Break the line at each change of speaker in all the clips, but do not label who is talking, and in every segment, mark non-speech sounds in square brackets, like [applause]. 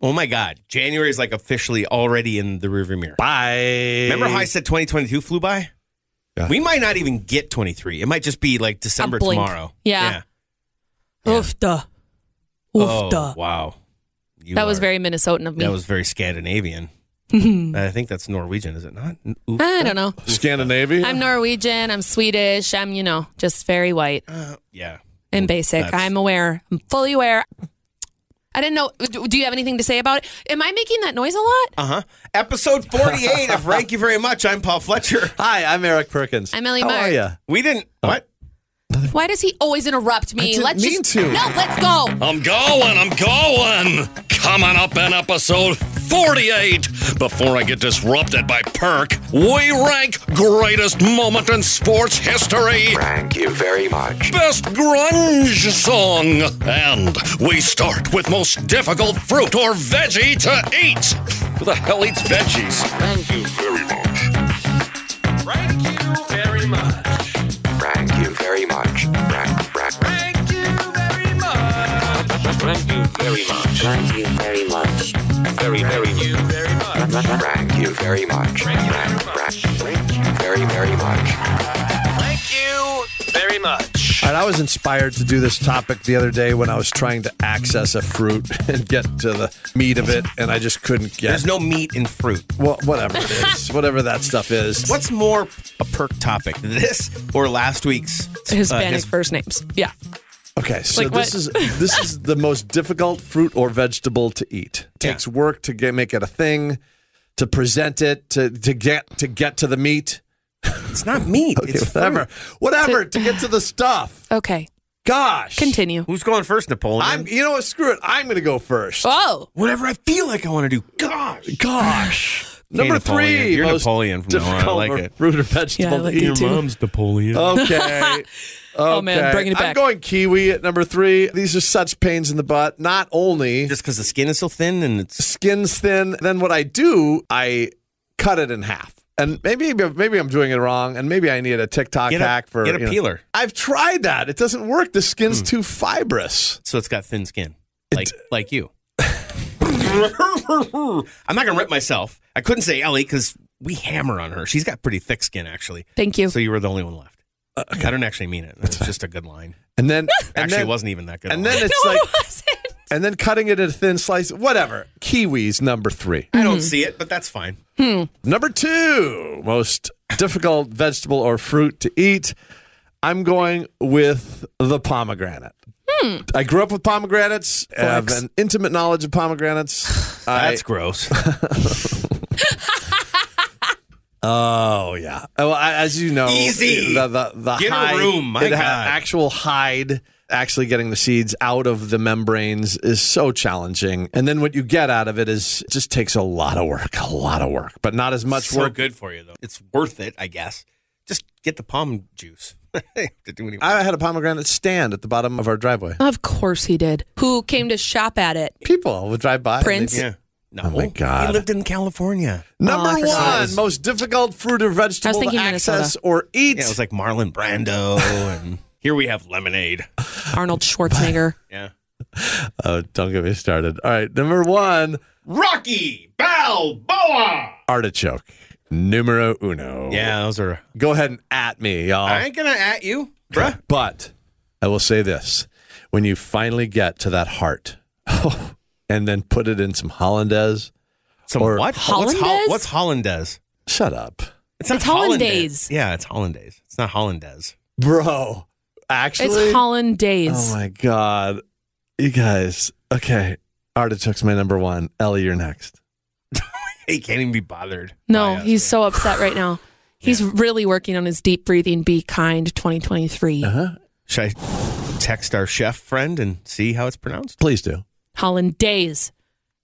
Oh my God. January is like officially already in the rearview mirror.
Bye.
Remember how I said 2022 flew by?
Yeah.
We might not even get 23. It might just be like December
blink.
tomorrow.
Yeah. Oof duh.
Oh,
Oof duh.
wow. You
That was
are-
very Minnesotan of me.
That was very
[laughs]
Scandinavian. I think that's Norwegian, is it not? Oof.
I don't know.
Scandinavia?
I'm Norwegian. I'm Swedish. I'm, you know, just very white
uh, Yeah.
and basic.
that's-
I'm aware. I'm fully aware. I didn't know. Do do you have anything to say about it? Am I making that noise a lot?
Uh
Um,
huh. Episode 48 of Thank You Very Much. I'm Paul Fletcher.
Hi, I'm Eric Perkins.
I'm Ellie
How
Mark.
are you?
We didn't.
Oh.
What?
Why does he always interrupt me?
I didn't
let's
mean
just
to.
no. Let's go.
I'm going, I'm going. Coming up in episode 48. Before I get disrupted by Perk, we rank greatest moment in sports history,
Thank you very much.
best grunge song, and we start with most difficult fruit or veggie to eat. Who the hell eats veggies? Thank you very much.
Thank you very much.
Thank you very much. Thank, thank,
Thank you very much. Thank you very much.
Thank you very much.
Very, very you very much.
thank you very much. Thank, thank, thank you very, very much.
Thank you very much.
All right, I was inspired to do this topic the other day when I was trying to access a fruit [laughs] and get to the meat of it, and I just couldn't get.
There's no meat in fruit.
well, whatever it
[laughs]
is, whatever that stuff is.
What's more a perk topic, this or last week's uh,
Hispanic
his-
first names. Yeah.
Okay, so
Like
this
what?
is this is the most difficult fruit or vegetable to eat. Takes work to get make it a thing, to present it, to to get to get to the meat.
It's not meat.
Okay,
it's fruit.
whatever, whatever to get to the stuff.
Okay.
Gosh,
Continue.
Who's going first, Napoleon?
I'm you know what? Screw it. I'm gonna go first.
Oh.
Whatever I feel like I want to do. Gosh.
Gosh. [sighs] Number
Napoleon.
three.
You're
most
Napoleon from now on. I
difficult
like it.
Fruit or vegetable.
Yeah, I
to
like it
eat.
too.
Napoleon.
[laughs]
Okay.
Oh, man,
Okay.
bringing it
I'm
back.
going kiwi at number three. These are such pains in the butt. Not only
Just because the skin is so thin and it's.
skin's thin, then what I do, I cut it in half. And maybe maybe I'm doing it wrong, and maybe I need a TikTok
Get a-
hack for
get a
you know-
peeler. Hmm.
I've tried that; it doesn't work. The skin's too fibrous.
So it's got thin skin. Like, like [laughs] you. I'm not going to rip myself. I couldn't say Ellie because we hammer on her. She's got pretty thick skin, actually.
Thank you.
So you were the only one left. I don't actually mean it. It's just a good line. [laughs]
And then and
Actually,
then,
it wasn't even that good.
And
a line.
then
[laughs]
it's
no,
like,
it wasn't.
and then cutting it in thin slices. Whatever. Kiwis number three.
I don't see it, but that's fine.
Number two, most difficult vegetable or fruit to eat. I'm going with the pomegranate. I grew up with pomegranates. I have an intimate knowledge of pomegranates. I-
That's [laughs] gross.
oh yeah. Well, I- as you know,
Easy.
The, the, the
Get a
hide-
room, my
it had
God.
actual hide. Actually, getting the seeds out of the membranes is so challenging, and then what you get out of it is it just takes a lot of work, a lot of work, but not as much
so
work
good for you though. It's worth it, I guess. Just get the palm juice. [laughs] to do any-
I had a pomegranate stand at the bottom of our driveway.
Of course he did. Who came to shop at it?
People would drive by. and
Prince.
they'd-
yeah. No.
my God.
He lived in California.
Number
Oh, I
one,
forgot.
most difficult fruit or vegetable to
thinking
access
Minnesota.
or eat.
Yeah, it was like Marlon [laughs] Brando, and here we have lemonade.
Arnold Schwarzenegger.
Yeah.
oh, don't get me started. All right, number one,
Rocky Balboa.
artichoke. Numero uno.
Yeah, those are.
Go ahead and at me, y'all.
I ain't gonna at you, bruh.
But I will say this when you finally get to that heart [laughs] and then put it in some hollandaise,
Some
Or-
what? What's,
Hollandaise?
what's hollandaise?
shut up.
not
It's hollandaise.
Yeah, it's hollandaise. It's not hollandaise.
Bro, actually.
It's hollandaise.
Oh my god, you guys. Okay, artichoke's my number one. Ellie, you're next.
He can't even be bothered.
Oh,
No,
by us.
he's so upset
[laughs]
right now. He's really working on his deep breathing. Be kind, 2023.
Uh-huh.
Should I text our chef friend and see how it's pronounced?
Please do.
Hollandaise.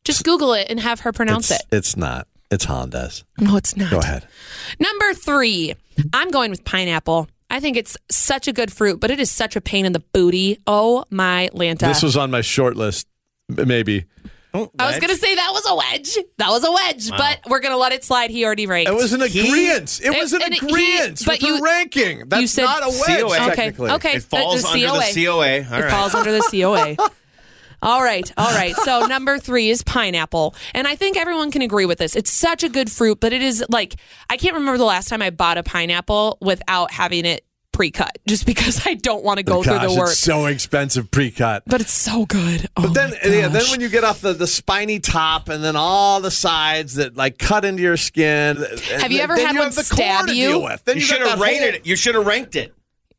Just Google it and have her pronounce
it's,
it.
It's not. It's hollandaise.
No, it's not.
Go ahead.
Number three. I'm going with pineapple. I think it's such a good fruit, but it is such a pain in the booty. Oh my Lanta!
This was on my short list. m- Maybe
Don't
I was
let-
gonna say that was a wedge. That was a wedge, but we're gonna let it slide. He already ranked.
it was an
He-
agreement. It
It-
was an
and he-
agreement
but
with the
you-
ranking. That's
said
not a wedge.
COA.
okay,
Technically.
okay.
It falls under the COA. All
it
right.
falls under the COA. [laughs] All right, all right.
[laughs]
So number three is pineapple, and I think everyone can agree with this. It's such a good fruit, but it is like I can't remember the last time I bought a pineapple without having it pre-cut, just because I don't want to go
Gosh,
through the work.
it's so expensive pre-cut.
but it's so good. Oh
But then,
my
yeah, then
gosh.
when you get off the, the spiny top and then all the sides that like cut into your skin,
Have you ever had one stab you?
You should have rated it. You should have ranked it,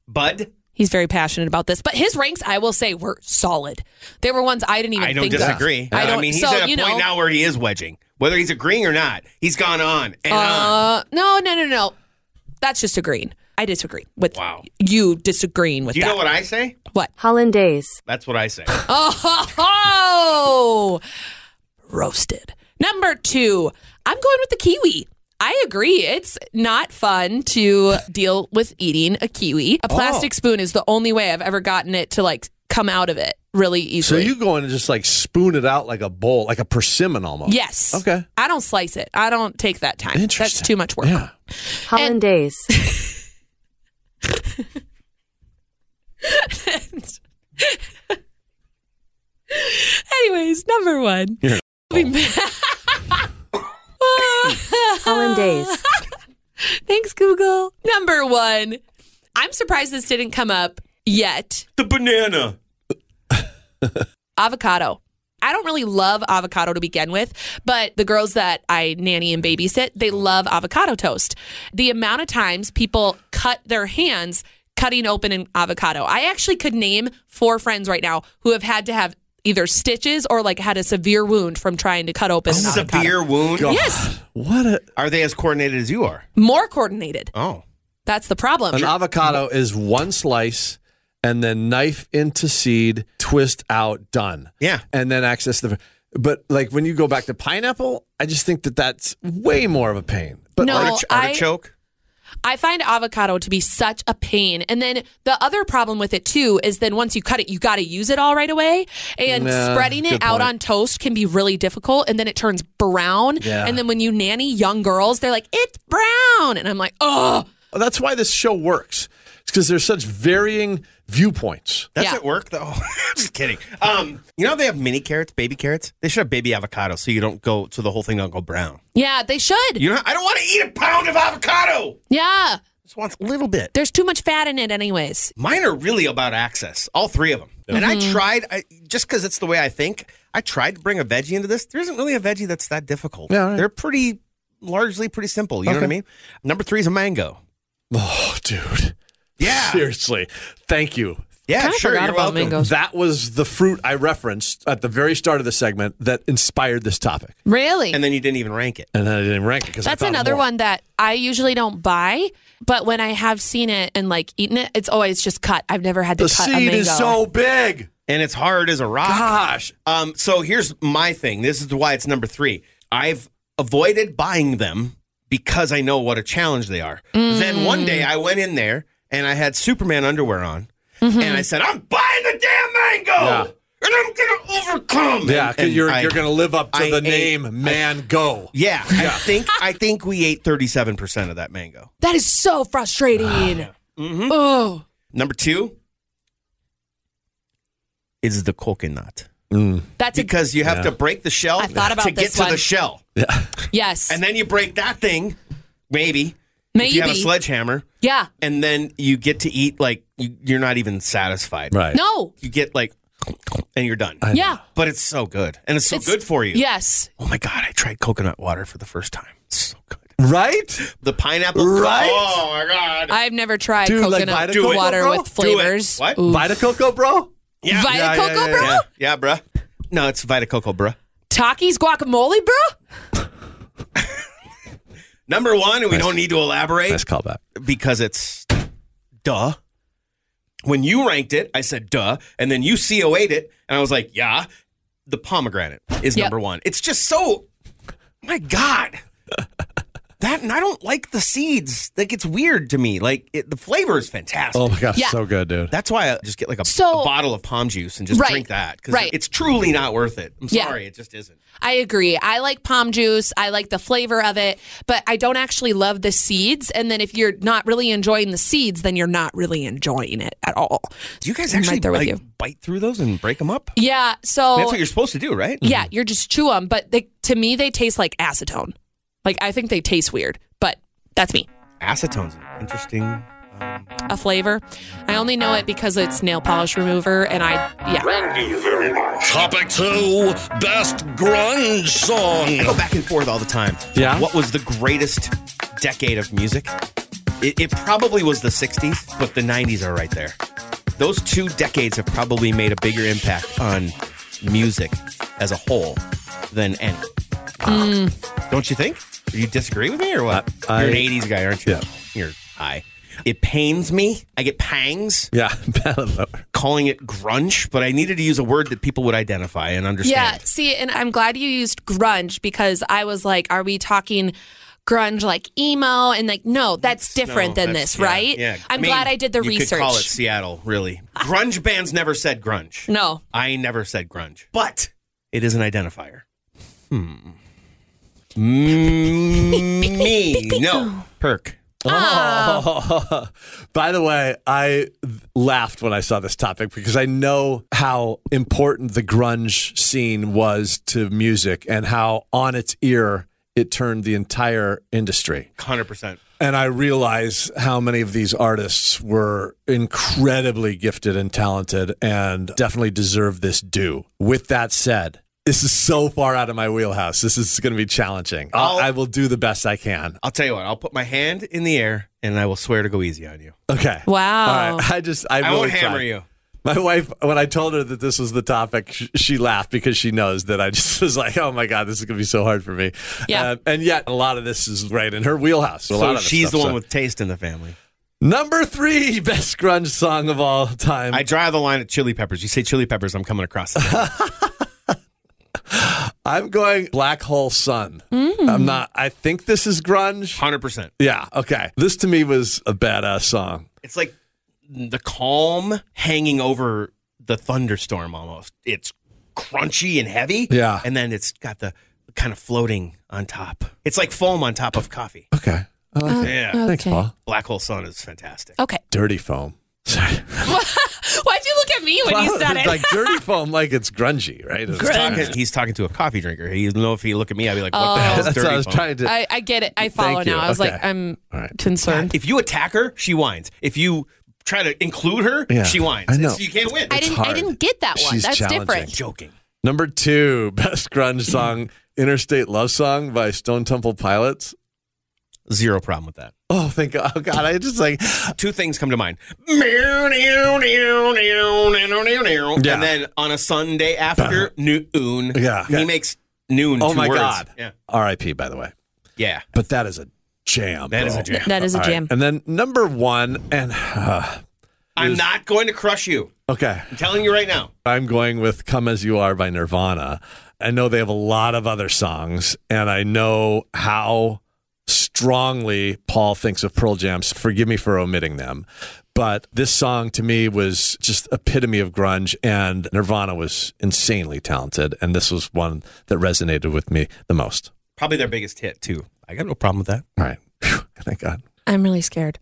bud.
He's very passionate about this, but his ranks, I will say, were solid. They were ones I didn't even.
I don't
think of.
disagree.
I don't.
mean, he's
so,
at a
you
point
know,
now where he is wedging, whether he's agreeing or not. He's gone on and on.
Uh, no, no, no, no. That's just agreeing. I disagree with
Wow.
you disagreeing with
Do you
that.
know what I say?
What?
Hollandaise.
That's what I say.
Oh, ho, ho. Oh, [laughs] roasted. Number two, I'm going with the kiwi. I agree. It's not fun to deal with eating a kiwi.
Oh.
A plastic spoon is the only way I've ever gotten it to like come out of it really
So
easily.
you go in and just like spoon it out like a bowl, like a persimmon almost.
yes.
Okay.
I don't slice it. I don't take that time. That's
Interesting.
too much work.
Yeah.
Hollandaise.
[laughs] Anyways, number one.
You're an
We'll be back.
Hollandaise.
Thanks, Google. Number one. I'm surprised this didn't come up yet.
the banana.
Avocado. I don't really love avocado to begin with, but the girls that I nanny and babysit, they love avocado toast. The amount of times people cut their hands cutting open an avocado. I actually could name four friends right now who have had to have either stitches or like had a severe wound from trying to cut open an avocado.
Severe wound.
Yes,
What a,
Are they as coordinated as you are?
more coordinated.
Oh.
That's the problem.
an avocado is one slice and then knife into seed, twist out, done.
Yeah.
And then access the. But like when you go back to pineapple, I just think that that's way more of a pain. But
No.
like,
Artich-
I-
artichoke.
I find avocado to be such a pain. And then the other problem with it too is then once you cut it, you got to use it all right away. And
Nah,
spreading it
good
out
point.
on toast can be really difficult. And then it turns brown.
Yeah.
And then when you nanny young girls, they're like, it's brown. And I'm like, oh,
that's why this show works. It's because there's such varying viewpoints.
That's
Yeah.
at work though. [laughs] Just kidding. Um, you know how they have mini carrots, baby carrots. They should have baby avocado, so you don't go so the whole thing don't go brown.
yeah, they should.
You know, I don't want to eat a pound of avocado.
Yeah.
Just want a little bit.
There's too much fat in it, anyways.
Mine are really about access, all three of them. And
Mm-hmm.
I tried, I, just because it's the way I think, I tried to bring a veggie into this. There isn't really a veggie that's that difficult.
Yeah, all right.
They're pretty, largely pretty simple. You know what I
Okay.
mean? Number three is a mango.
Oh, dude.
Yeah.
Seriously. Thank you.
Yeah,
Kinda
sure.
forgot
You're
about
welcome.
mangoes.
That was the fruit I referenced at the very start of the segment that inspired this topic.
Really?
And then you didn't even rank it.
And then I didn't rank it because
That's another one that I usually don't buy, but when I have seen it and like eaten it, it's always just cut. I've never had to
The
cut a mango.
seed is so big.
And it's hard as a rock.
Gosh.
Um, so here's my thing. This is why it's number three. I've avoided buying them because I know what a challenge they are. Then one day
Mm.
I went in there and I had Superman underwear on, and I said, "I'm buying the damn mango,
Mm-hmm. Yeah.
and I'm gonna overcome."
Yeah,
And-
'cause
and
you're
I-
you're gonna live up to
I
the
ate-
name man go.
Yeah, I think I think we ate 37 percent of that mango.
That is so
[sighs]
frustrating.
Mm-hmm.
Oh,
Number two is the coconut
that's a,
because you have to break the shell
I thought about
to
this
get to the
one.
shell.
yes.
And then you break that thing, maybe. If you have a
Maybe.
sledgehammer,
yeah.
and then you get to eat like you, you're not even satisfied.
Right.
No.
You get like, and you're done.
Yeah.
but it's so good, and it's so
It's-
good for you.
Yes.
Oh my god, I tried coconut water for the first time. It's so good.
Right?
The pineapple.
Right?
Oh my god.
I've never tried
Dude, like
coconut
Vita Do it.
water
Coco?
with
Do it.
flavors.
What?
Ooh.
Vita Coco, bro?
Yeah.
Vita
yeah,
Coco,
yeah, yeah,
bro?
Yeah, yeah, bruh. No, it's Vita Coco, bruh.
Takis guacamole, bro?
Number one, and we don't need to elaborate.
Nice callback.
because it's duh. When you ranked it, I said duh, and then you COA'd it, and I was like, yeah, the pomegranate is
Yep.
number one. It's just so, my God. That and I don't like the seeds. That gets weird to me. Like it, the flavor is fantastic.
Oh my gosh,
Yeah.
so good, dude.
That's why I just get like a,
So-
a bottle of palm juice and just
Right,
drink that because
right.
it's truly not worth it. I'm
Yeah.
sorry, it just isn't.
I agree. I like palm juice. I like the flavor of it, but I don't actually love the seeds. And then if you're not really enjoying the seeds, then you're not really enjoying it at all.
Do you guys
I'm
actually
right there with
like,
you?
bite through those and break them up?
Yeah. So
That's what you're supposed to do, right?
yeah, you're just chew them, but they, to me they taste like acetone. Like I think they taste weird, but that's me.
Acetone's an interesting.
A flavor. I only know it because it's nail polish remover, and I yeah.
Topic two Best Grunge
I go
Song.
back and forth all the time.
Yeah?
What was the greatest decade of music? It, it probably was the 60s, but the 90s are right there. Those two decades have probably made a bigger impact on music as a whole than any. Don't you think? Do you disagree with me or what?
Hmm. I-
You're an 80s guy, aren't you?
Yeah.
You're high. It pains me. I get pangs
Yeah, [laughs] Bad-
calling it grunge, but I needed to use a word that people would identify and
Yeah,
understand.
see, and I'm glad you used grunge because I was like, are we talking grunge like emo? And like, no, that's different
No,
than
that's-
this,
yeah,
right?
Yeah.
I'm
mean,
glad I did the
you Could
research.
call it Seattle, really. Grunge bands never said grunge.
No.
I never said grunge, but it is an identifier. Hmm. Mm, [laughs] me no perk.
Ah.
Oh. [laughs] By the way, I laughed when I saw this topic because I know how important the grunge scene was to music and how on its ear it turned the entire industry.
Hundred percent.
And I realize how many of these artists were incredibly gifted and talented and definitely deserve this due. With that said, this is so far out of my wheelhouse. This is going to be challenging. I'll,
I'll-
I will do the best I can.
I'll tell you what. I'll put my hand in the air and I will swear to go easy on you.
Okay.
Wow.
All right. I just, I,
I
really
won't hammer
tried.
you.
My wife, when I told her that this was the topic, sh- she laughed because she knows that I [laughs] just was like, oh my God, this is going to be so hard for me.
Yeah.
Uh, and yet, a lot of this is right in her wheelhouse. A lot
So
of this
she's
stuff,
the one
so-
with taste in the family.
Number three, [laughs] best grunge song of all time.
I
I,
draw the line at Chili Peppers. You say Chili Peppers, I'm coming across.
[laughs]
it.
am going Black Hole Sun.
Mm.
I'm not, I think this is grunge.
Hundred percent.
Yeah, okay. This to me was a badass song.
It's like the calm hanging over the thunderstorm almost. It's crunchy and heavy.
Yeah.
And then it's got the kind of floating on top. It's like foam on top of coffee.
Okay. I like it.
Yeah.
okay.
Thanks, Paul.
Black Hole Sun is fantastic.
Okay.
Dirty Foam. [laughs] Sorry.
Why'd you look at me when you said
[laughs]
it? [laughs]
like Dirty Foam, like it's grungy, right? It's
He's talking, he's talking to a coffee drinker. He doesn't know if he look at me, I'd be like, what the hell is
That's what I
dirty
was
foam?
trying to.
I, I get it. I follow
Thank you.
now. I was
Okay.
like, I'm
All right.
concerned.
If you attack her, she whines. If you try to include her,
Yeah,
she whines.
I know.
So you can't win.
I didn't. I
hard.
didn't get that one.
She's
That's
challenging.
different.
joking.
Number two, [laughs] best grunge
[clears throat]
song, Interstate Love Song by Stone Temple Pilots.
Zero problem with that.
Oh, thank God. Oh, God. I just like,
two things come to mind. And then on a Sunday after noon,
Yeah.
he makes noon.
oh
two
my
words.
God.
Yeah,
RIP, by the way.
yeah,
But that is a jam.
that is
bro.
a jam.
That is a
All right.
jam.
And then number one, and uh,
I'm not going to crush you.
okay,
I'm telling you right now.
I'm going with "Come as You Are" by Nirvana. I know they have a lot of other songs, and I know how strongly Paul thinks of Pearl Jam's. Forgive me for omitting them, but this song to me was just epitome of grunge, and Nirvana was insanely talented, and this was one that resonated with me the most.
Probably their biggest hit too. I got no problem with that.
All right, Phew, thank God.
I'm really scared.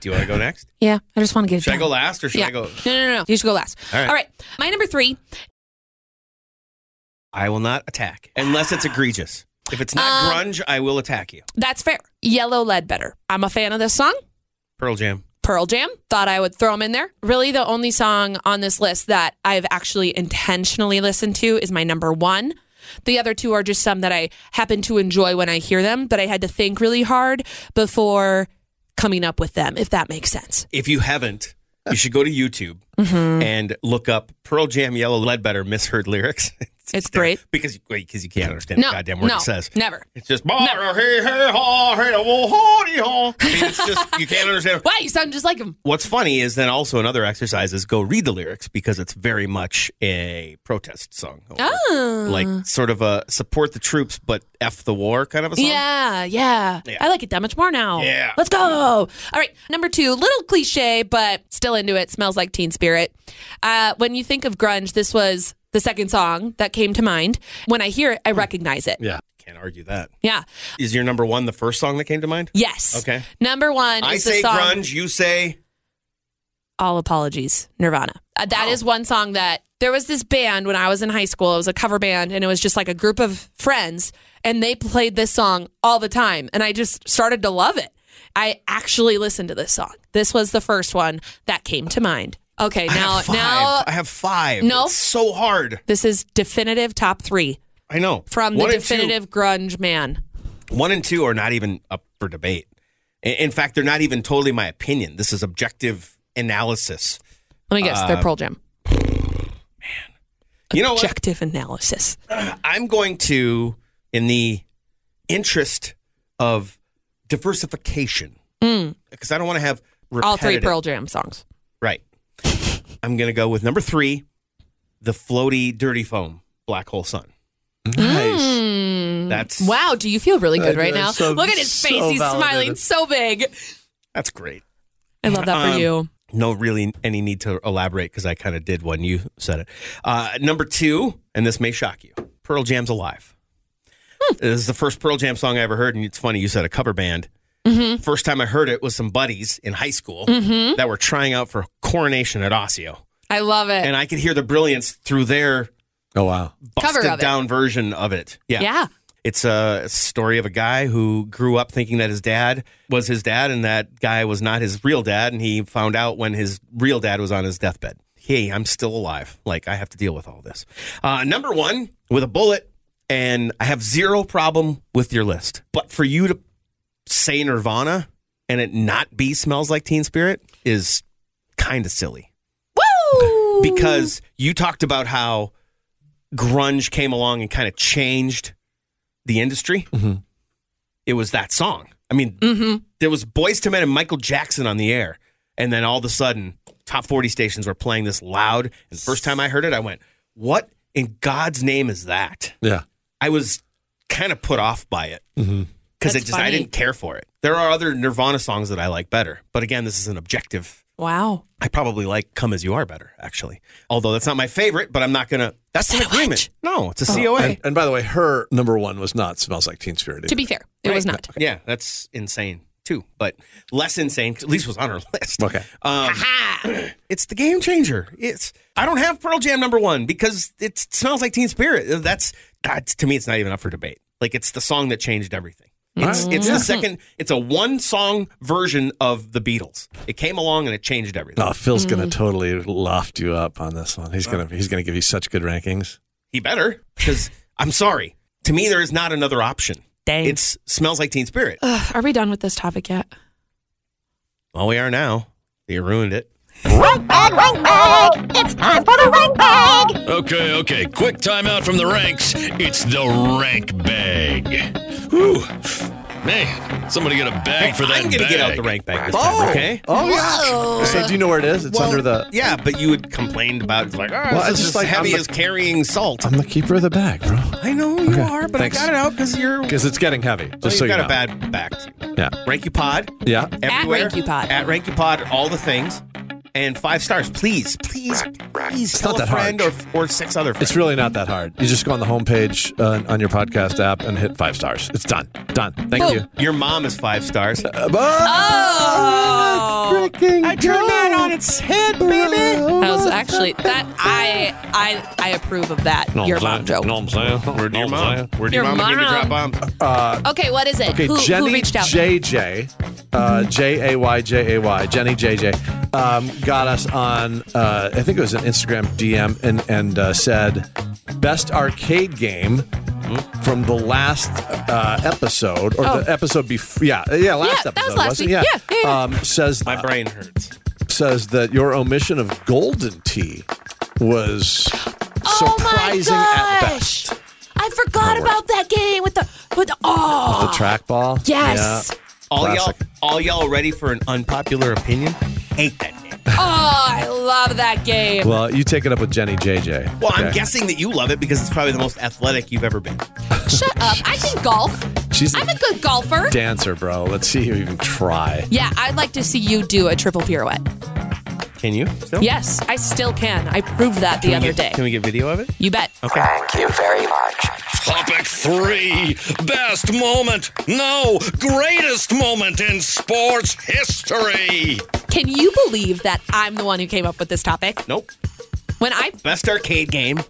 Do you want to go next?
[laughs] Yeah, I just want to get it.
Should I
done.
go last or should
yeah.
I go?
No, no, no, no. You should go last.
All right.
All right. My number three
I will not attack unless it's egregious. If it's not
Um,
grunge, I will attack you.
That's fair. Yellow lead better. I'm a fan of this song.
Pearl Jam.
Pearl Jam. Thought I would throw them in there. Really, the only song on this list that I've actually intentionally listened to is my number one. The other two are just some that I happen to enjoy when I hear them, but I had to think really hard before coming up with them, if that makes sense.
If you haven't,
Mm-hmm.
you should go to YouTube and look up Pearl Jam Yellow Ledbetter misheard lyrics. [laughs]
It's great.
because because you can't understand
No,
the goddamn word
no,
it says.
never.
It's just "Bah, hey, hey, haw, hey, oh, haw, dee, haw." I mean, it's just you
[laughs]
can't understand.
Wow, you sound just like him.
What's funny is then also another exercise is go read the lyrics because it's very much a protest song,
Oh.
like sort of a support the troops but f the war kind of a song.
Yeah, yeah, I like it that much more now.
Yeah.
Let's go. All right. Number two, little cliche, but still into it. Smells like teen spirit. Uh, when you think of grunge, this was the second song that came to mind. When I hear it,
Hmm.
I recognize it.
Yeah.
Can't argue that.
Yeah.
Is your number one the first song that came to mind?
Yes.
Okay.
Number one
I
is
say
the song
grunge, you say
All Apologies, Nirvana. Uh, that is one song that there was this band when I was in high school. It was a cover band, and it was just like a group of friends, and they played this song all the time. And I just started to love it. I actually listened to this song. This was the first one that came to mind. Okay,
I
now
have five.
now
I have five.
No.
It's so hard.
this is definitive top three
I know.
from the
One and two-
definitive grunge man.
one and two are not even up for debate. I- In fact, they're not even totally my opinion. This is objective analysis.
Let me guess, they're Pearl Jam.
Uh, You know what?
Objective analysis.
I'm going to, in the interest of diversification, because I don't want to have repetitive,
Hmm. All three Pearl Jam songs.
Right. I'm going to go with number three, the floaty, dirty foam, black hole sun.
Nice.
That's
Hmm. Wow, do you feel really good
I
right
do.
now?
I'm so-
Look at his face;
so
he's smiling
validated.
so big.
That's great.
I love that for
Um,
you.
no really any need to elaborate because I kind of did when you said it. Uh, number two, and this may shock you Pearl Jam's Alive.
Hmm.
This is the first Pearl Jam song I ever heard. And it's funny, you said a cover band.
Mm-hmm.
First time I heard it was some buddies in high school that were trying out for coronation at Osseo.
I love it.
And I could hear the brilliance through their
Oh wow.
Cover
busted
of it.
down version of it. Yeah.
yeah.
It's a story of a guy who grew up thinking that his dad was his dad and that guy was not his real dad. And he found out when his real dad was on his deathbed. Hey, I'm still alive. Like, I have to deal with all this. Uh, number one, with a bullet. And I have zero problem with your list. But for you to say Nirvana and it not be Smells Like Teen Spirit is kind of silly
Woo!
because you talked about how grunge came along and kind of changed the industry.
Mm-hmm.
It was that song. I mean, there was Boys to Men and Michael Jackson on the air, and then all of a sudden, top forty stations were playing this loud. And the first time I heard it, I went, "What in God's name is that?"
Yeah.
I was kind of put off by it because it
Mm-hmm. That's
just I
funny.
didn't care for it. There are other Nirvana songs that I like better, but again, this is an objective
wow.
I probably like "Come as You Are" better, actually. Although that's not my favorite, but I'm not gonna. That's an agreement. No, it's a COA.
And, and by the way, her number one was not "Smells Like Teen Spirit."
To be fair, it was not.
Yeah, that's insane too, but less insane. 'cause At least it was on her [laughs] list.
Okay.
Um, [clears throat] it's the game changer. It's I don't have Pearl Jam number one because it smells like Teen Spirit. Uh, That's that's to me, it's not even up for debate. Like it's the song that changed everything. It's, it's the second. It's a one song version of the Beatles. It came along and it changed everything.
Oh, Phil's gonna totally loft you up on this one. He's gonna he's gonna give you such good rankings.
He better, [laughs] because I'm sorry. To me, there is not another option.
Dang.
It's smells like Teen Spirit.
Ugh, are we done with this topic yet?
Well, we are now. You ruined it.
Okay, okay. Quick timeout from the ranks. It's the rank bag. Whew. Man, somebody get a bag for that
I'm gonna
bag.
get out the rank bag this time, okay?
Oh yeah. So do you know where it is? It's
Well,
under the.
yeah, but you had complained about it's like, oh,
Well,
this
it's
is
just
as
like
heavy
I'm the-
as carrying salt.
I'm the keeper of the bag, bro.
I know you are, but
thanks.
I got it out because you're.
Because it's getting heavy. Just
well,
so
you've
you
got
know.
a bad back. To you.
Yeah.
Rank you pod
Yeah.
everywhere.
RankYouPod.
At rank you pod, all the things, and five stars, please, please, please. tell
not
a
that hard.
friend or or six other friends.
It's really not that hard. You just go on the homepage uh, on your podcast app and hit five stars. It's done. Done. Thank
Boom.
you.
Your mom is five stars.
Uh, oh, I turned that on its head, baby.
That was actually that I I I approve of that. your mom joke.
I'm saying? Where
Your mom. Where do your,
Your
mama get to
mom.
drop bombs?
Okay, what is it?
Okay,
who,
Jenny
who reached out?
JJ, uh, J A Y J A Y, Jenny JJ, um, got us on. Uh, I think it was an Instagram DM and and uh, said, best arcade game from the last uh, episode or the episode before. Yeah, uh, yeah, last
Oh. Yeah,
episode
that was last
wasn't
week.
it?
Yeah, yeah, yeah.
Um, says
My brain hurts.
says that your omission of golden tea was surprising at
Oh gosh.
best.
I forgot about that game with the with the oh
The trackball.
yes.
Yeah.
All
Classic.
y'all, all y'all ready for an unpopular opinion? Hate that game. [laughs]
Oh, I love that game.
Well, you take it up with Jenny JJ.
Well, I'm
okay?
guessing that you love it because it's probably the most athletic you've ever been.
Shut up. I can golf.
She's
I'm a good golfer.
[laughs] dancer, bro. Let's see you even try.
Yeah, I'd like to see you do a triple pirouette.
Can you still?
Yes, I still can. I proved that the
Can we
other
get-
day.
Can we Oh. get video of it?
You bet.
Okay.
Thank you very much.
Topic three Best moment, no, greatest moment in sports history.
Can you believe that I'm the one who came up with this topic?
Nope.
When I
Best arcade game.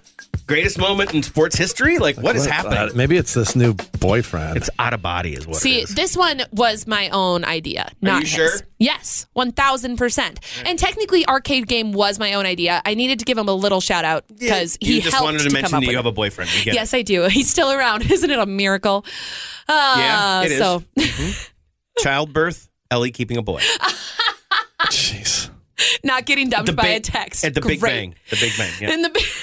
Greatest moment in sports history? Like, what is
What- uh,
happening?
maybe it's this new boyfriend.
It's out of body, is what
see
it is.
this one was my own idea, not
you
his.
sure?
Yes, one thousand percent. And technically, arcade game was my own idea. I needed to give him a little shout out because
you
he
just
helped
wanted to
to
mention
come up
that you
with it.
have a boyfriend. We get it.
Yes, I do. [laughs] He's still around. Isn't it a miracle? Uh,
Yeah, it is.
So
[laughs] Childbirth, Ellie keeping a boy.
Jeez.
not getting dumped by
Big-
a text.
At the Big
Great.
Bang. The Big Bang. Yeah. [laughs]
In the [laughs]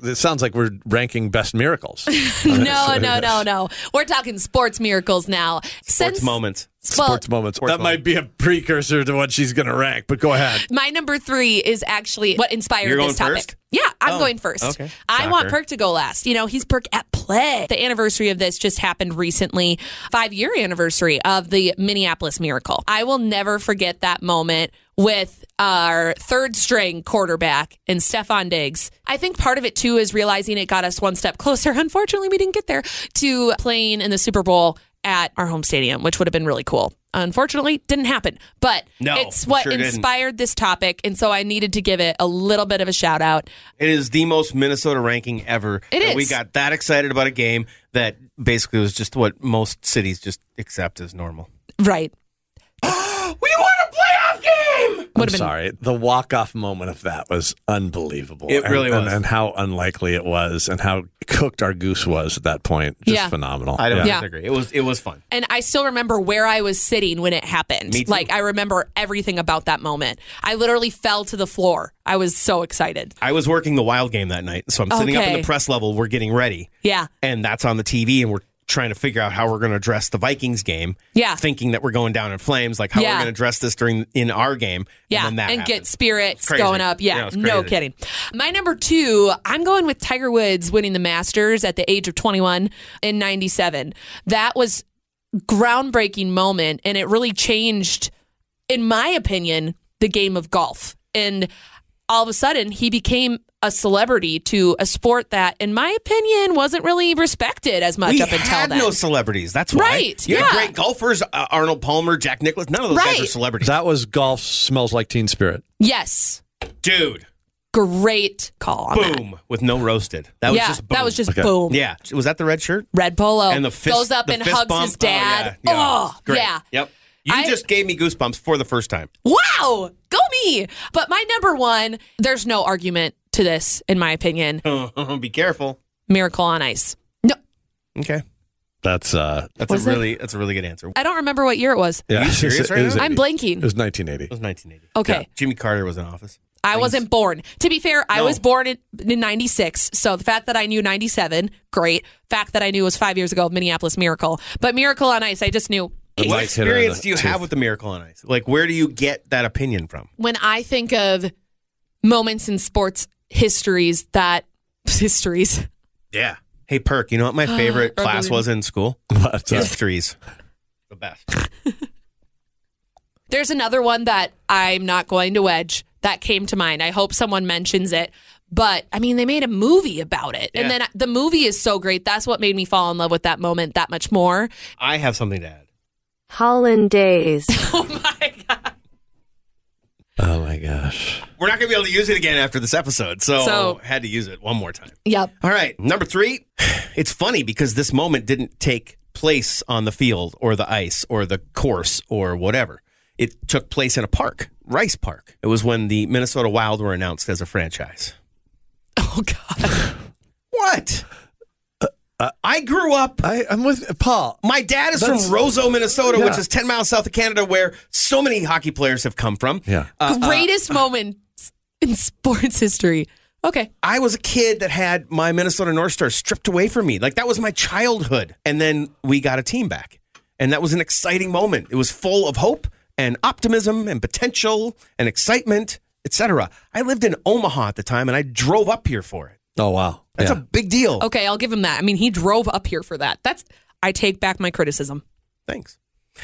It sounds like we're ranking best
[laughs]
miracles.
no, no, no, no. We're talking sports miracles now.
Sports
Since
moments.
well,
Sports moments.
Sports
that might be a precursor to what she's going to rank, but go ahead.
my number three is actually what inspired
You're
this
going
topic.
first?
Yeah, I'm
Oh,
going first.
okay.
I want
Shocker.
Perk to go last. You know, he's Perk at play. The anniversary of this just happened recently, five year anniversary of the Minneapolis Miracle. I will never forget that moment with our third string quarterback and Stefan Diggs. I think part of it too is realizing it got us one step closer. [laughs] Unfortunately, we didn't get there to playing in the Super Bowl at our home stadium, which would have been really cool. Unfortunately, didn't happen, but
No,
it's what
sure didn't.
inspired this topic, and so I needed to give it a little bit of a shout out.
It is the most Minnesota ranking ever.
It
that We
is.
got that excited about a game that basically was just what most cities just accept as normal.
Right.
We won a playoff game.
I'm
Would've been-
sorry. The walk off moment of that was unbelievable.
It
and,
really
and,
was.
And how unlikely it was, and how cooked our goose was at that point. Just
Yeah.
phenomenal.
I don't
Yeah.
disagree. It was it was fun.
And I still remember where I was sitting when it happened.
Me too.
Like I remember everything about that moment. I literally fell to the floor. I was so excited.
I was working the wild game that night, so I'm sitting up in
Okay.
the press level. We're getting ready,
Yeah.
and that's on the TV, and we're trying to figure out how we're going to address the Vikings game.
Yeah.
thinking that we're going down in flames, like how
Yeah.
we're going to address this during in our game.
Yeah,
and, then that happened.
get spirits
crazy.
going up.
Yeah,
Yeah,
it's
no
crazy.
kidding. My number two, I'm going with Tiger Woods winning the Masters at the age of 21 in '97. That was groundbreaking moment, and it really changed, in my opinion, the game of golf. And all of a sudden, he became a celebrity to a sport that, in my opinion, wasn't really respected as much
We
up until
had
then.
no celebrities. That's why.
Right,
You had
yeah.
great golfers, uh, Arnold Palmer, Jack Nicklaus. None of those guys are
Right.
celebrities.
That was golf smells like teen spirit.
yes,
Dude,
great call. on that.
boom, with no roasted. That was
yeah,
just boom.
that was just boom.
Yeah, was that the red shirt?
red polo
and the fist
goes up
the
and
fist
hugs
bump.
his dad.
Oh, yeah, yeah.
Oh,
It's great.
yeah.
Yep. You
I-
just gave me goosebumps for the first time.
Wow, go me. But my number one, there's no argument to this, in my opinion.
Be careful.
Miracle on Ice. No,
Okay.
That's uh.
That's
Was
a
it?
really that's a really good answer. It
I don't remember what year it was.
Yeah, [laughs]
you serious
It was-
right
it was
now?
I'm
80. It
blanking.
was 1980.
was 1980.
Okay.
Jimmy Carter was in office.
I wasn't born. To be fair, I
No.
was born in, in 96. So the fact that I knew 97, great. Fact that I knew was five years ago, Minneapolis Miracle. But Miracle on Ice, I just knew.
The
What
mic hit her in
experience
the
do you
tooth.
have with the Miracle on Ice? Like, where do you get that opinion from?
When I think of moments in sports histories that, [laughs] histories,
Yeah. Hey, Perk, you know what
[gasps]
my favorite class was in school?
But, uh,
Histories. The best.
There's another one that I'm not going to wedge that came to mind. I hope someone mentions it. But I mean, they made a movie about it. And
Yeah.
then the movie is so great. That's what made me fall in love with that moment that much
[laughs]
more.
I have something to add.
Hollandaise.
Oh my God.
oh my gosh.
We're not going to be able to use it again after this episode, so,
So-
had to use it one more time.
Yep. [laughs]
All right, number three. It's funny because this moment didn't take place on the field or the ice or the course or whatever. It took place in a park, Rice Park. It was when the Minnesota Wild were announced as a franchise.
Oh God.
What? I grew up.
I, I'm with Paul.
My dad is
That's-
from Roseau, Minnesota, which
Yeah.
is 10 miles south of Canada, where so Uh, many hockey players have come from.
Yeah.
Greatest moment in sports history. Okay.
I was a kid that had my Minnesota North Stars stripped away from me. Like that was my childhood. And then we got a team back. And that was an exciting moment. It was full of hope and optimism and potential and excitement, etc. I lived in Omaha at the time and I drove up here for it.
Oh wow,
That's
yeah.
a big deal.
Okay, I'll give him that. I mean, he drove up here for that. That's I take back my criticism.
Thanks.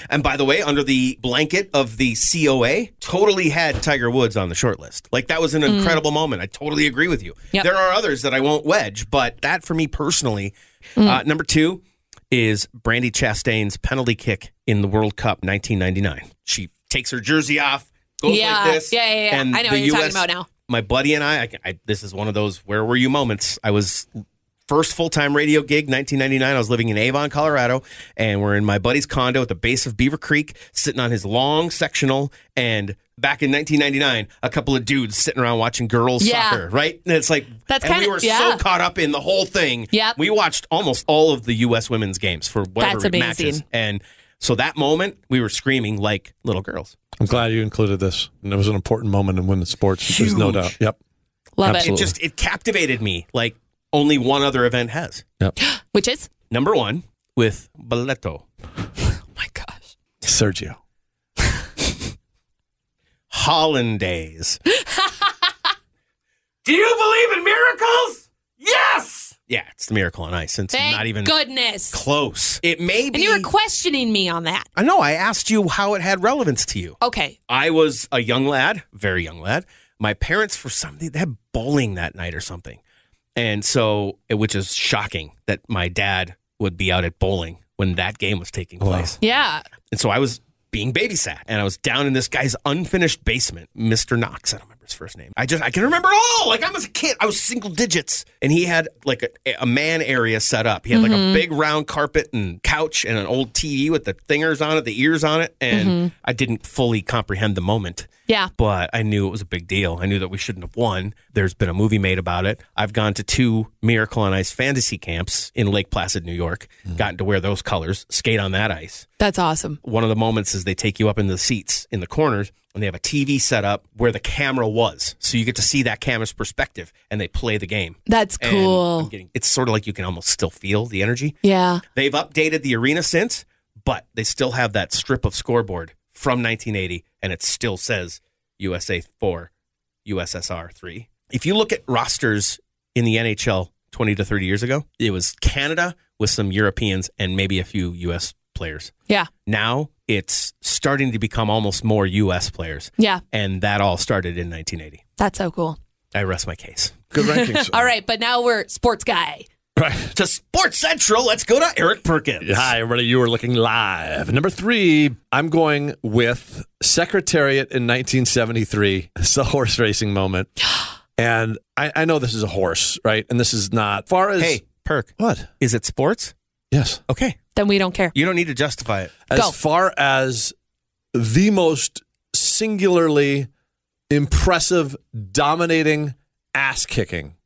And by the way, under the blanket of the COA, totally had Tiger Woods on the short list. Like that was an incredible moment. I totally agree with you.
Mm. Yep.
There are others that I won't wedge, but that for me personally.
Mm.
Uh, number two is Brandy Chastain's penalty kick in the World Cup 1999. She takes her jersey off, goes
Yeah.
like this.
Yeah, yeah, yeah.
And
I know
the
what you're talking
US
about now.
My buddy and I, I, I, this is one of those where were you moments. I was first full time radio gig, 1999. I was living in Avon, Colorado, and we're in my buddy's condo at the base of Beaver Creek, sitting on his long sectional. And back in 1999, a couple of dudes sitting around watching girls
Yeah.
soccer, right? And it's like,
That's
and
kinda-
we were
yeah.
so caught up in the whole thing.
Yep.
We watched almost all of the U.S. women's games for whatever
That's
matches.
amazing.
And so that moment, we were screaming like little girls.
I'm glad you included this. And it was an important moment in women's sports. There's no
Huge.
doubt. Yep.
Love
It
Absolutely.
just, it captivated me like only one other event has.
Yep.
it. Which is?
Number one with Balletto.
Oh my gosh.
Sergio.
hollandaise.
[laughs] Do you believe in miracles? Yes!
Yeah, it's the miracle on ice. and It's
Thank
not even
goodness.
close. It may be.
and you were questioning me on that.
I know. I asked you how it had relevance to you.
Okay.
I was a young lad, very young lad. My parents, for some, they had bowling that night or something, and so which is shocking that my dad would be out at bowling when that game was taking place.
Yeah.
And so I was being babysat and I was down in this guy's unfinished basement, Mr. Knox. I don't remember his first name. I just, I can remember it all. Like I was a kid, I was single digits. And he had like a, a man area set up. He had like a big round carpet and couch and an old TV with the thingers on it, the ears on it. And I didn't fully comprehend the moment.
Yeah.
But I knew it was a big deal. I knew that we shouldn't have won. There's been a movie made about it. I've gone to two Miracle on Ice fantasy camps in Lake Placid, New York, gotten to wear those colors, skate on that ice
That's awesome.
one of the moments is they take you up into the seats in the corners and they have a TV set up where the camera was. So you get to see that camera's perspective and they play the game.
That's
And I'm
cool.
getting- it's sort of like you can almost still feel the energy.
Yeah.
They've updated the arena since, but they still have that strip of scoreboard from 1980 and it still says USA 4, USSR 3. If you look at rosters in the NHL 20 to 30 years ago, it was Canada with some Europeans and maybe a few US players
Yeah.
now it's starting to become almost more U.S. players,
Yeah.
and that all started in 1980.
That's so cool.
I rest my case.
Good rankings.
[laughs] All right, but now we're sports guy.
Right.
To Sports Central, let's go to Eric Perkins.
Hi, everybody. You are looking live. Number three, I'm going with Secretariat in 1973. It's a horse racing
[gasps]
moment. And I, I know this is a horse, right? And this is not far as.
Hey, Perk,
What?
is it sports?
Yes.
Okay,
Then we don't care.
you don't need to justify it.
as
Go.
far as the most singularly impressive, dominating ass kicking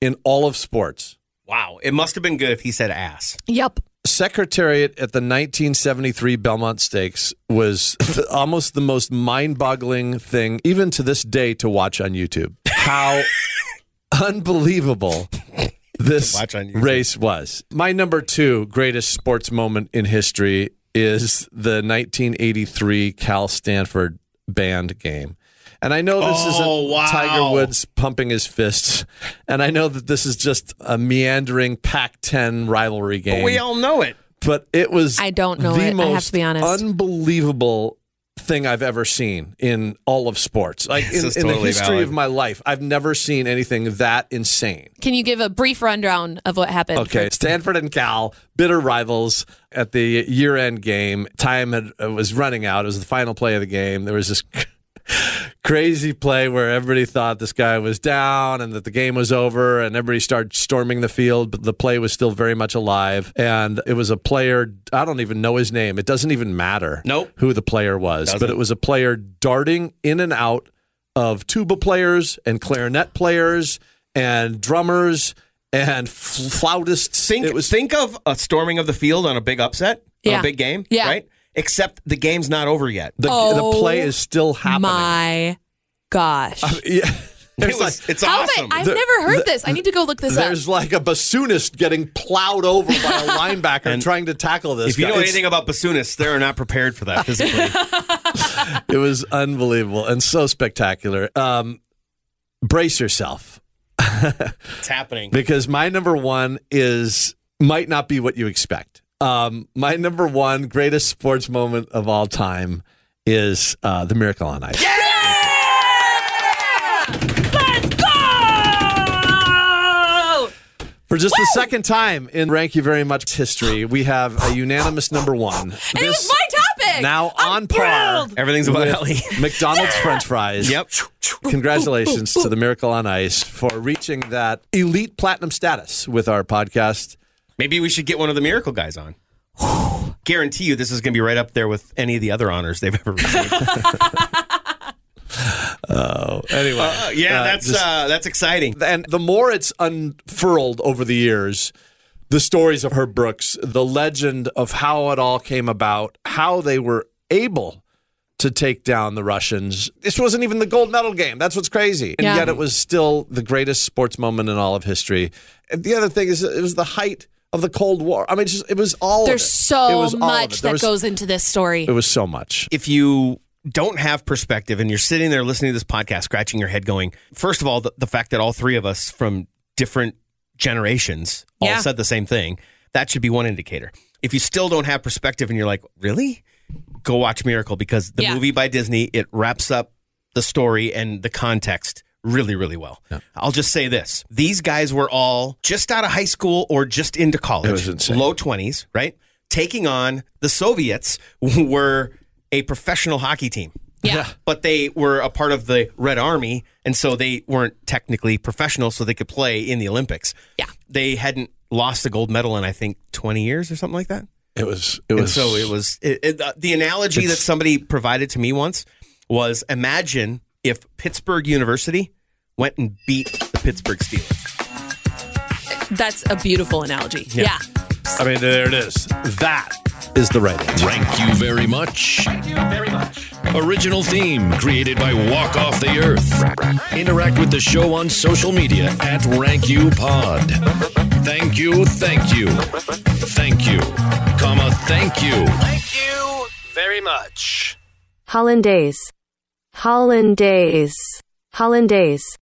in all of sports.
Wow, it must have been good if he said ass.
Yep.
Secretariat at the 1973 Belmont Stakes was [laughs] th- almost the most mind boggling thing, even to this day, to watch on YouTube.
[laughs]
How unbelievable this
watch on YouTube.
race was. My number two greatest sports moment in history is the 1983 Cal Stanford band game. And I know this
Oh,
isn't
wow.
Tiger Woods pumping his fists, and I know that this is just a meandering Pac-10 rivalry game
We all know it.
but it was
I don't know
the
it. I
most
have to be honest.
unbelievable thing I've ever seen in all of sports. Like
This
in,
is
in the
totally
history
valid.
of my life, I've never seen anything that insane.
Can you give a brief rundown of what happened?
Okay, Stanford and Cal, bitter rivals at the year-end game. Time had uh, was running out. It was the final play of the game. There was this [laughs] crazy play where everybody thought this guy was down and that the game was over, and everybody started storming the field. But the play was still very much alive, and it was a player. I don't even know his name. It doesn't even matter.
Nope.
who the player was, but
Doesn't.
it was a player darting in and out of tuba players and clarinet players and drummers and fl- flautists.
Think
it was
think of a storming of the field on a big upset, on
Yeah.
a big game,
Yeah.
right? Except the game's not over yet.
the,
Oh
the play is still happening.
My gosh.
[laughs] Yeah.
It
There's
was,
like-
it's
How have
awesome.
I, I've
There-
never heard this. I need to go look this up.
There's like a bassoonist getting plowed over by a
[laughs]
linebacker trying to tackle this.
if you
guy.
know
It's-
anything about bassoonists, they're not prepared for that physically.
[laughs] it was unbelievable and so spectacular. Um, brace yourself
it's happening.
because my number one is might not be what you expect. Um, my number one greatest sports moment of all time is uh, the Miracle on Ice.
Let's go!
For just the second time in Rank You Very Much history, we have a unanimous number one.
And it was
This
my topic.
Now
I'm
on par.
thrilled.
Everything's about
with
Ellie. [laughs]
[laughs] McDonald's French fries.
Yep.
Congratulations to the Miracle on Ice for reaching that elite platinum status with our podcast.
Maybe we should get one of the miracle guys on. Guarantee you, this is going to be right up there with any of the other honors they've ever received.
Anyway,
Uh, [laughs] yeah,
uh,
that's
this-
uh, that's exciting.
and the more it's unfurled over the years, the stories of Herb Brooks, the legend of how it all came about, how they were able to take down the Russians. This wasn't even the gold medal game. That's what's crazy. And
Yeah.
yet it was still the greatest sports moment in all of history. And the other thing is, it was the height of the Cold War. I mean, it's just, it was all. of
There's
it. It
so
was all of
much
it. There
that
was-
goes into this story.
It was so much.
If you don't have perspective and you're sitting there listening to this podcast, scratching your head, going, first of all, the, the fact that all three of us from different generations all
Yeah.
said the same thing, that should be one indicator. If you still don't have perspective and you're like, really? Go watch Miracle because the
Yeah.
movie by Disney, it wraps up the story and the context really, really well. I'll just say this these guys were all just out of high school or just into college,
was insane.
low 20s, right? Taking on the Soviets who were a professional hockey team.
yeah.
[laughs]
But they were a part of the Red Army, and so they weren't technically professional, so they could play in the Olympics.
Yeah.
They hadn't lost a gold medal in, I think, 20 years or something like that.
It was. It
And
was.
so it was it, it, uh, the analogy that
It's-
somebody provided to me once was imagine if Pittsburgh University went and beat the Pittsburgh Steelers.
That's a beautiful analogy.
Yeah.
Yeah.
I mean, there it is. That is the right answer.
Thank you very much.
Thank you very much.
Original theme created by Walk Off the Earth. Interact with the show on social media at Rank You Pod. Thank you, thank you, thank you, comma, thank you.
Thank you very much.
Hollandaise. Hollandaise. Hollandaise.